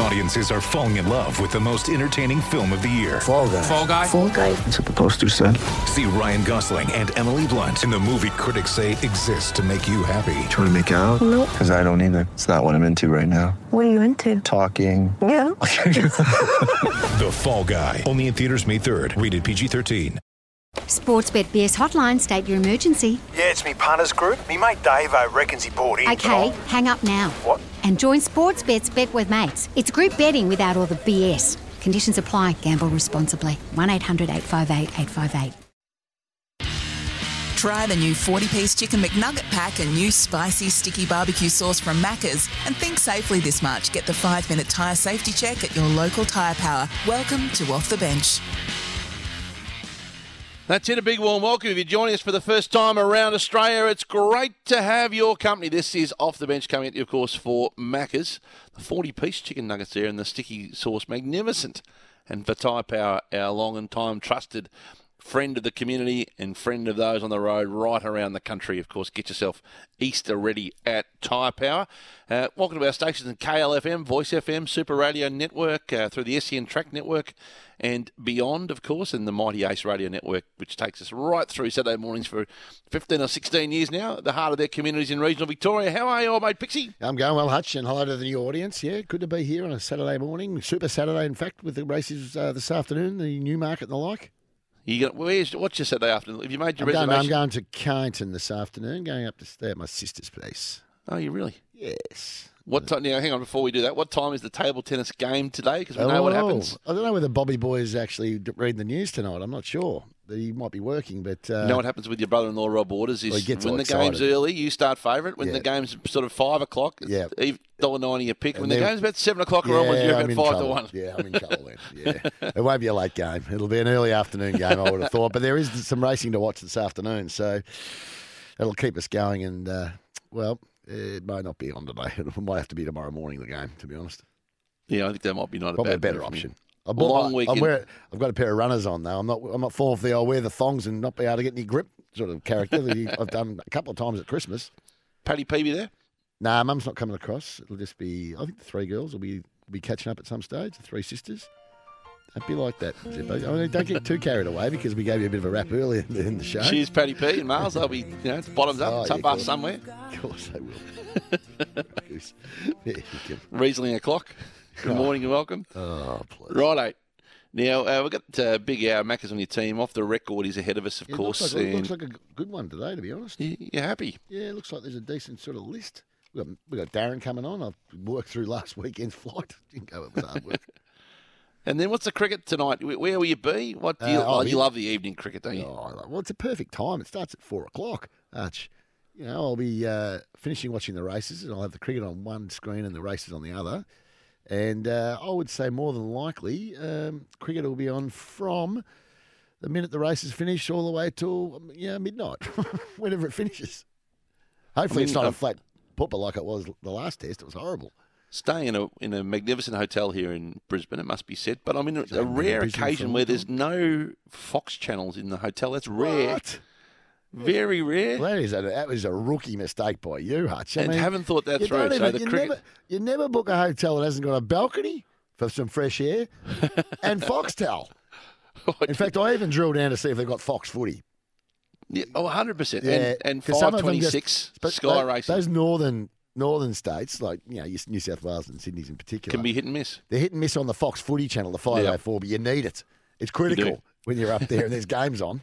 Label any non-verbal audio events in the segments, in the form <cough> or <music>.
Audiences are falling in love with the most entertaining film of the year. Fall guy. Fall guy. Fall guy. That's what the poster said. See Ryan Gosling and Emily Blunt in the movie critics say exists to make you happy. Trying to make it out? Nope. Because I don't either. It's not what I'm into right now. What are you into? Talking. Yeah. The Fall Guy. Only in theaters May 3rd. Rated PG-13. Sportsbet BS hotline, state your emergency. Yeah, it's me partner's group. Me mate Dave, I reckons he bought in. Oh, Okay, hang up now. What? And join Sportsbet's Bet with Mates. It's group betting without all the BS. Conditions apply. Gamble responsibly. 1 800 858 858. Try the new 40-piece chicken McNugget pack and new spicy sticky barbecue sauce from Macca's. And think safely this March. Get the five-minute tyre safety check at your local tyre power. Welcome to Off the Bench. That's it. A big warm welcome. If you're joining us for the first time around Australia, it's great to have your company. This is Off the Bench coming at you, of course, for Macca's. The 40 piece chicken nuggets there and the sticky sauce, magnificent. And Vatai Power, our long and time trusted friend of the community and friend of those on the road right around the country. Of course, get yourself Easter ready at Tyre Power. Uh, welcome to our stations in KLFM, Voice FM, Super Radio Network, uh, through the SEN Track Network, and beyond, of course, and the Mighty Ace Radio Network, which takes us right through Saturday mornings for 15 or 16 years now, at the heart of their communities in regional Victoria. How are you all, mate, Pixie? I'm going well, Hutch, and hello to the new audience. Yeah, good to be here on a Saturday morning, Super Saturday, in fact, with the races uh, this afternoon, the Newmarket and the like. You gonna, where's, what's your Saturday afternoon? Have you made your I'm going, reservation? I'm going to Carrington this afternoon, going up to stay at my sister's place. Oh, you really? Yes. What time? Now, hang on. Before we do that, what time is the table tennis game today? Because we know what Oh, happens. I don't know whether Bobby Boy is actually d- reading the news tonight. I'm not sure. He might be working, but uh, You know what happens with your brother-in-law Rob Waters is Well, he gets when all the game's excited. early, you start favourite. When the Yeah. game's sort of five o'clock, Yeah. dollar ninety a pick. when And the then- game's about seven o'clock or yeah, onwards, you're I'm about in five to trouble. one. Yeah, I'm in trouble then. Yeah, it won't be a late game. It'll be an early afternoon game, I would have thought. But there is some racing to watch this afternoon, so that'll keep us going. And uh, well, it may not be on today. It might have to be tomorrow morning. The game, to be honest, Yeah, I think that might be not probably a a bad better move for me. option. I Long weekend. I'm wearing, I've got a pair of runners on though. I'm not. I'm not falling for the I wear the thongs and not be able to get any grip sort of character that you- I've done a couple of times at Christmas. Paddy Peavy there. Nah, mum's not coming across. It'll just be. I think the three girls will be will be catching up at some stage. The three sisters. Don't be like that, Zippo. I mean, don't get too carried away because we gave you a bit of a rap earlier <laughs> in the, in the show. Cheers, Paddy P and Miles. They'll be, you know, it's bottoms up, Oh, it's yeah, up half good. somewhere, Of course I will. Goose. Yeah, you can- reasonably o'clock. Ah. Good morning and welcome. oh, please. Righto. Now uh, we've got uh, big hour Macca's on your team. Off the record, he's ahead of us, of Yeah, it course. Looks like, it and looks like a good one today, to be honest. you- you're happy. Yeah, it looks like there's a decent sort of list. We got we got Darren coming on. I've worked through last weekend's <laughs> flight. Didn't go. It was hard work. And then what's the cricket tonight? Where where will you be? What do you, Uh, oh, I'll you be- love the evening cricket, don't you? Oh, well, it's a perfect time. It starts at four o'clock. Arch, you know, I'll be uh, finishing watching the races, and I'll have the cricket on one screen and the races on the other. And uh, I would say more than likely, um, cricket will be on from the minute the race is finished all the way till um, yeah midnight, <laughs> whenever it finishes. Hopefully, it's mean, not um, a flat popper like it was the last test. It was horrible. Staying in a in a magnificent hotel here in Brisbane, it must be said. But I mean, a been in Brisbane rare for a occasion long where there's no Fox channels in the hotel. That's rare, What? very rare. Well, that is a, that was a rookie mistake by you, Hutch. I and mean, haven't thought that You through. don't So even- the you, cricket. never, you never book a hotel that hasn't got a balcony for some fresh air <laughs> and Foxtel. In fact, I even drilled down to see if they've got Fox footy. Yeah, oh, 100%. Yeah, and and 'cause some of them 526 just- but Sky tho- Racing Those northern northern states, like you know, New South Wales and Sydney's in particular, can be hit and miss. they're hit and miss on the Fox footy channel, the 504, but you need it. It's critical when you're up there and there's games on.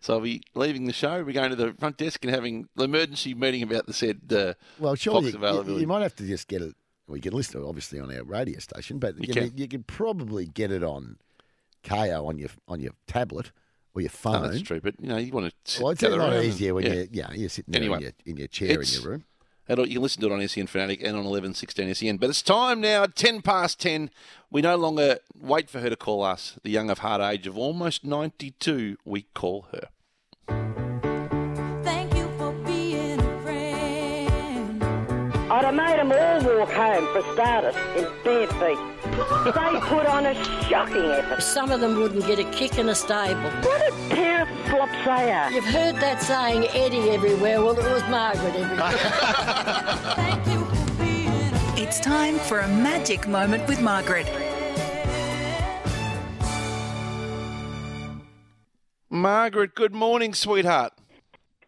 So I'll be leaving the show. We're going to the front desk and having the emergency meeting about the said uh, Well, Fox surely you- you, availability. you might have to just get it. Well, you can listen to it obviously on our radio station, but you, You can. can. you can probably get it on KO on your on your tablet or your Oh, phone. that's true, but you know you want to. Well, it's a gather around lot and- easier when yeah. you're, yeah, you're sitting there Anyway, in, your, in your chair in it's- your room. And you can listen to it on SEN Fanatic and on 1116 SEN. E But it's time now, 10 past 10. We no longer wait for her to call us, the young of heart age of almost 92. We call her. Thank you for being a friend. I'd have made them all walk home for starters in bare feet. They put on a shocking effort. Some of them wouldn't get a kick in a stable. What a pair of flops they are. You've heard that saying, Eddie everywhere. Well, it was Margaret everywhere. It's time for a magic moment with Margaret. Margaret, good morning, sweetheart.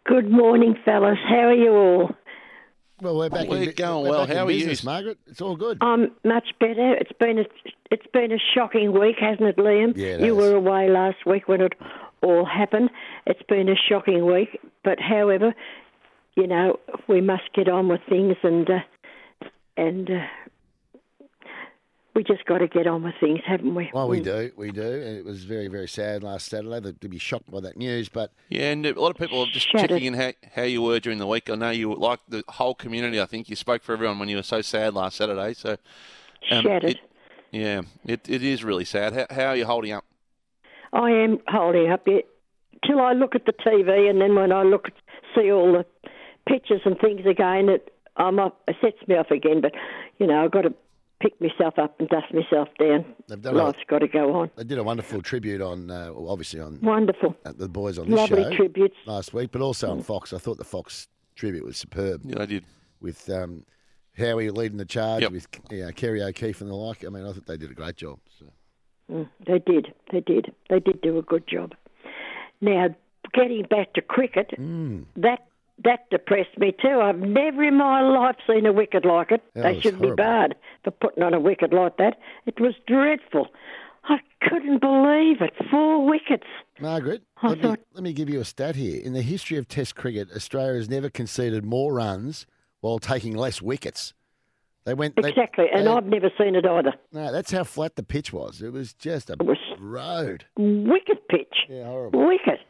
Good morning, fellas. How are you all? Well, we're back. We're in, bu- going we're well. back in How are you? business, Margaret? It's all good. I'm much better. It's been a it's been a shocking week, hasn't it, Liam? Yeah, it has. you were away last week when it all happened. It's been a shocking week, but however, you know we must get on with things, and uh, and uh, we just got to get on with things, haven't we? Mm. Well, we do, we do, and it was very, very sad last Saturday that- to be shocked by that news. But Yeah, and a lot of people are just Shattered. checking in how, how you were during the week. I know you were like the whole community. I think you spoke for everyone when you were so sad last Saturday. So, um, Shattered. it- yeah, it, it is really sad. How, how are you holding up? I am holding up it till I look at the TV, and then when I look see all the pictures and things again, it I'm off, it sets me off again. But you know, I've got to pick myself up and dust myself down. They've done a- Life's got to go on. they did a wonderful tribute on, uh, well, obviously on Wonderful, uh, the boys on this lovely Mm. show tributes. last week, but also on Fox. I thought the Fox tribute was superb Yeah, I did. with um, Howie leading the charge Yep. with you know, Kerry O'Keefe and the like. I mean, I thought they did a great job. So. Mm, they did, they did, they did do a good job. Now, getting back to cricket, Mm. that that depressed me too. I've never in my life seen a wicket like it. That they was should horrible. be barred for putting on a wicket like that. It was dreadful. I couldn't believe it. Four wickets. Margaret, <laughs> I let me, thought- let me give you a stat here. In the history of Test cricket, Australia has never conceded more runs while taking less wickets. They went they- Exactly, and they- I've never seen it either. No, that's how flat the pitch was. It was just a It was road. wicket pitch. Yeah, horrible. Wicket.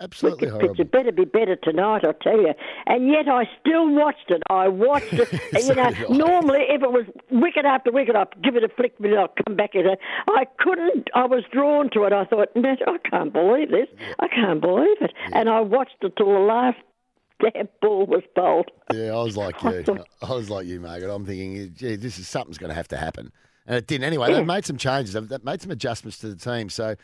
Absolutely wicked horrible. pitch. It better be better tonight, I tell you. And yet I still watched it. I <laughs> watched it. And, So you know, did I. normally if it was wicket after wicket, I'd give it a flick, but I'd come back at it. I couldn't. I was drawn to it. I thought, no, I can't believe this. I can't believe it. And I watched it till the last damn ball was bowled. Yeah, I was <laughs> like you. I was like you, Margaret. I'm thinking, gee, this is something's going to have to happen, and it didn't. Anyway, they've made some changes. They've, they've made some adjustments to the team. So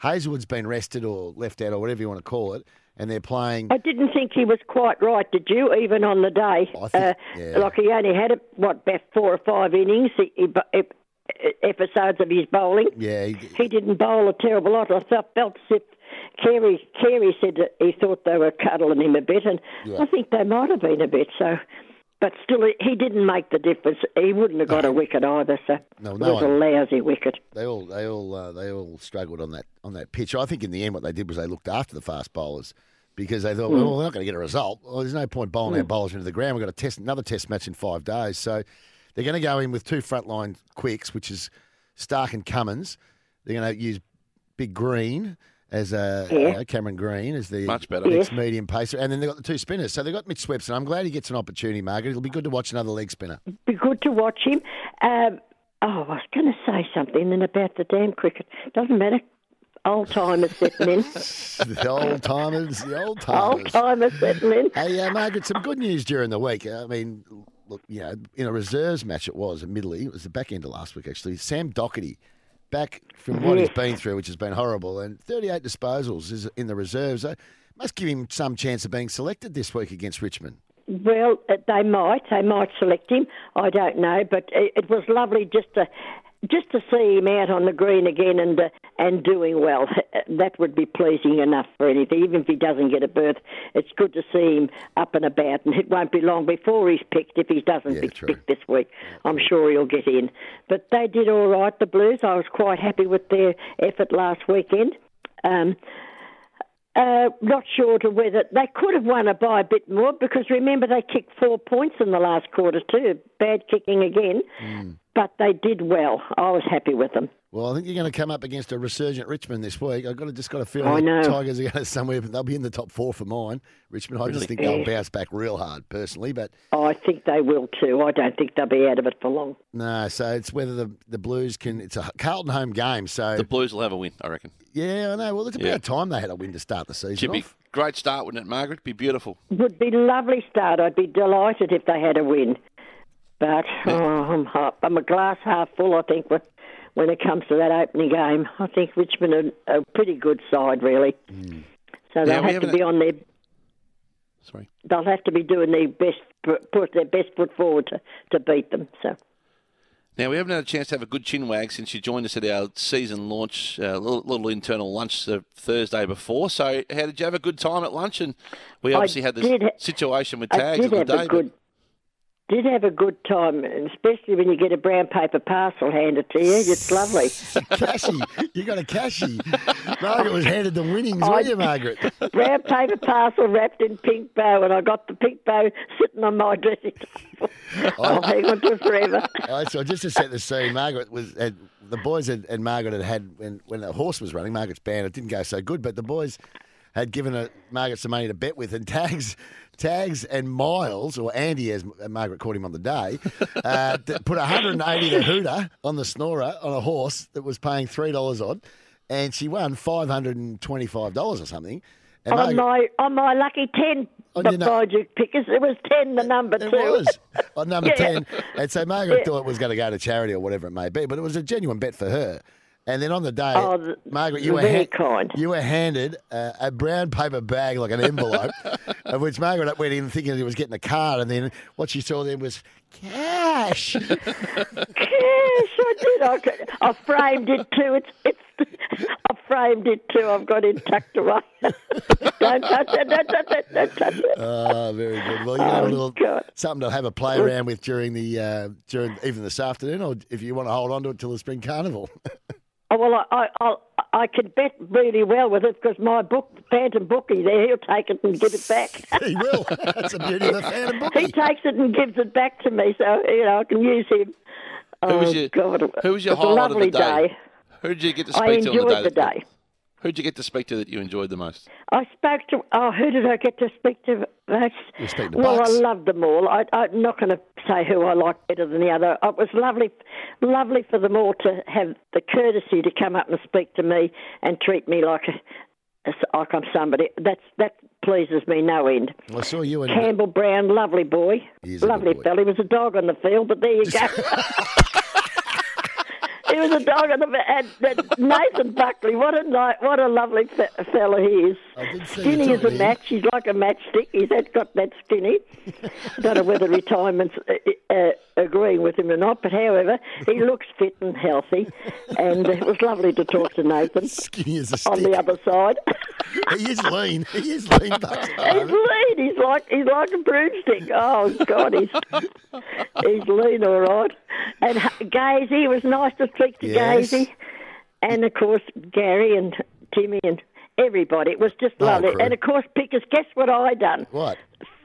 Hazelwood's been rested or left out or whatever you want to call it, and they're playing. I didn't think he was quite right, did you? Even on the day, Uh, I think- yeah. like he only had what about four or five innings he, he, bo- ep- episodes of his bowling. Yeah, he- he didn't bowl a terrible lot. I felt, felt as if Carey Carey said that he thought they were cuddling him a bit, and Yeah. I think they might have been a bit. So, but still, he- he didn't make the difference. He wouldn't have got a wicket either. So No, it no was one- a lousy wicket. They all, they all, uh, they all struggled on that on that pitch. I think in the end, what they did was they looked after the fast bowlers because they thought, well, we're not going to get a result. Well, there's no point bowling our bowlers into the ground. We've got a test, another test match in five days, so they're going to go in with two frontline quicks, which is Stark and Cummins. They're going to use Big Green as a you know, Cameron Green as the Much better. next medium pacer, and then they've got the two spinners. So they've got Mitch Swepson. I'm glad he gets an opportunity, Margaret. It'll be good to watch another leg spinner. <laughs> be good to watch him. Um, oh, I was going to say something then about the damn cricket. Doesn't matter. Old timers settling in. the old timers, the old Old timers. timers settling in. Hey, uh, Margaret, some good news during the week. I mean, look, you know, in a reserves match, it was admittedly, it was the back end of last week, actually. Sam Doherty, back from what he's been through, which has been horrible, and 38 disposals is in the reserves. Uh, must give him some chance of being selected this week against Richmond. Well, uh, they might. They might select him. I don't know, but it, it was lovely just to just to see him out on the green again and uh, and doing well. <laughs> That would be pleasing enough for anything. Even if he doesn't get a berth, it's good to see him up and about. And it won't be long before he's picked. If he doesn't Yeah, get true. picked this week, I'm sure he'll get in. But they did all right. The Blues. I was quite happy with their effort last weekend. Um, uh, not sure to whether they could have won a by a bit more because remember they kicked four points in the last quarter too. Bad kicking again, Hmm. but they did well. I was happy with them. Well, I think you're going to come up against a resurgent Richmond this week. I've got to, just got a feeling I the know. Tigers are going to <laughs> somewhere, but they'll be in the top four for mine. Richmond, I just think they'll bounce back real hard, personally. But I think they will too. I don't think they'll be out of it for long. no, so it's whether the, the Blues can. It's a Carlton home game, so The Blues will have a win, I reckon. Yeah, I know. Well, it's about Yeah. time they had a win to start the season Should be off. great start, wouldn't it, Margaret? Be beautiful. Would be lovely start. I'd <laughs> be delighted if they had a win. But oh, I'm, half, I'm a glass half full. I think with when it comes to that opening game. I think Richmond are a pretty good side, really. So Hmm. Yeah, they'll we have to haven't- be on their. Sorry. They'll have to be doing their best, put their best foot forward to, to beat them. So. Now, we haven't had a chance to have a good chin wag since you joined us at our season launch, uh, little, little internal lunch the Thursday before. So, how did you have a good time at lunch? And we I obviously had this did ha- situation with I tags did of the have day. a but- good, did have a good time, especially when you get a brown paper parcel handed to you. It's lovely. Cashy, you got a cashy. Margaret was handed the winnings, I- were you, Margaret? brown paper parcel wrapped in pink bow, and I got the pink bow sitting on my dressing table. I'll hang on to it forever. All right, so just to set the scene, Margaret was had, the boys had, and Margaret had had when when the horse was running. Margaret's band it didn't go so good, but the boys had given her, Margaret some money to bet with, and tags, tags and Miles or Andy as Margaret called him on the day, uh, <laughs> that put 180 to Hooter on the snorer on a horse that was paying three dollars on, and she won 525 dollars or something. And on Margaret- my on my lucky ten, On the your nu- project pickers. It was ten, the number It two. was <laughs> on number Yeah. 10. And so Margaret Yeah. thought it was going to go to charity or whatever it may be, but it was a genuine bet for her. And then on the day, Oh, th- Margaret, you were, very hand- you were handed uh, a brown paper bag, like an <laughs> envelope, of which Margaret went in thinking she was getting a card. And then what she saw then was <laughs> cash. Yes, I did. I, could- I framed it too. It's it's. I framed it too. I've got it tucked away. don't touch it. Don't touch it. Don't touch it. Ah, very good. Well, you Oh, have a little something to have a play around with during the uh, during even this afternoon, or if you want to hold on to it till the spring carnival. <laughs> Oh, well, I I I'll, I could bet really well with it because my book, Phantom Bookie, there he'll take it and give it back. he will. <laughs> That's the beauty of the Phantom Bookie. He takes it and gives it back to me, so you know I can use him. Who was oh, your- God, it- who was your it's a highlight of the lovely day? Who did you get to speak I to enjoyed on the day? the that- day. Who did you get to speak to that you enjoyed the <laughs> most? I spoke to. Oh, who did I get to speak to? That's- You speak to well, Bucks. I love them all. I, I'm not going to say who I like better than the other. It was lovely, lovely for them all to have the courtesy to come up and speak to me and treat me like a, as- like I'm somebody. That's that pleases me no end. I saw you and Campbell Brown, lovely boy, He's a good lovely fella. He was a dog on the field, but there you go. <laughs> He was a dog on the and, and Nathan Buckley. What a ni- what a lovely fe- fella he is. Skinny you talking as a to him. match. He's like a matchstick. He's that, got that skinny. I don't know whether retirement's uh, uh, agreeing with him or not, but however, he looks fit and healthy, and it was lovely to talk to Nathan. Skinny as a <laughs> On the other <laughs> side, he is lean. He is lean. uh, Bucks. <laughs> he's lean. He's like he's like a broomstick. Oh God, he's he's lean, all right. And uh, Gazy it was nice to speak to Yes. Gazy, and of course Gary and Timmy and everybody. It was just The whole lovely. crew. And of course, Pickers, guess what I done? Oh, What?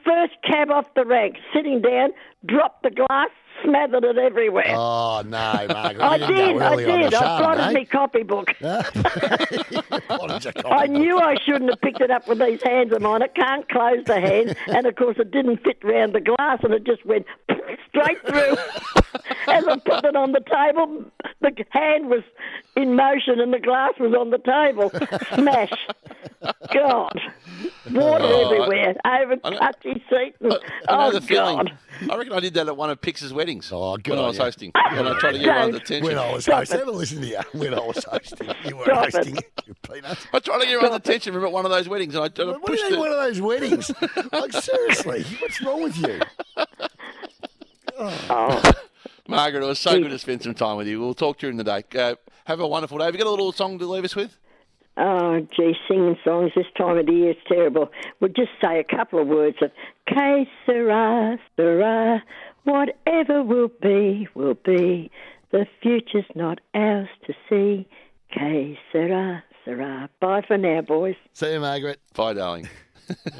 First cab off the rank, sitting down, dropped the glass, smothered it everywhere. Oh no, Margaret! I you didn't go did, I early on did. the eh? I blotted Chardonnay. me copybook. <laughs> Blotted your Oh, I copy. knew I shouldn't have picked it up with these hands of mine. It can't close the hand, and of course it didn't fit round the glass, and it just went <laughs> straight through. <laughs> As I put it on the table, the hand was in motion, and the glass was on the table. Smash! God, water Oh, I- everywhere, over touchy seat. And, I know oh the feeling. God! I reckon I did that at one of Pix's weddings oh, when on I was you. hosting. When I tried to get <laughs> everyone's attention. When I was hosting, have a listen to you. When I was hosting, you were Stop it. hosting. You I tried to get everyone's attention from at one of those weddings, and I, I What do you pushed think it. one of those <laughs> weddings? like seriously, what's wrong with you? Oh. Margaret, it was so good to spend some time with you. We'll talk during the day. Uh, have a wonderful day. Have you got a little song to leave us with? Oh, gee, singing songs this time of the year is terrible. We'll just say a couple of words of Que sera, sera, whatever will be, will be. The future's not ours to see. Que sera, sera. Bye for now, boys. See you, Margaret. Bye, darling.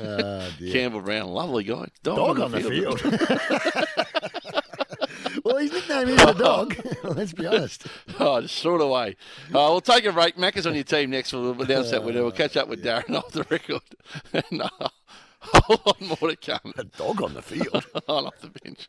Ah, <laughs> dear. Campbell Brown, lovely guy. Dog, Dog on the <laughs> well, his nickname is the dog. <laughs> Let's be honest. <laughs> Oh, just threw it away. Uh, we'll take a break. Mac is on your team next. We'll announce that Ah, winner. We'll catch up with Darren <laughs> off the record. and uh, <laughs> whole lot more to come. A dog on the <laughs> field. on off the bench.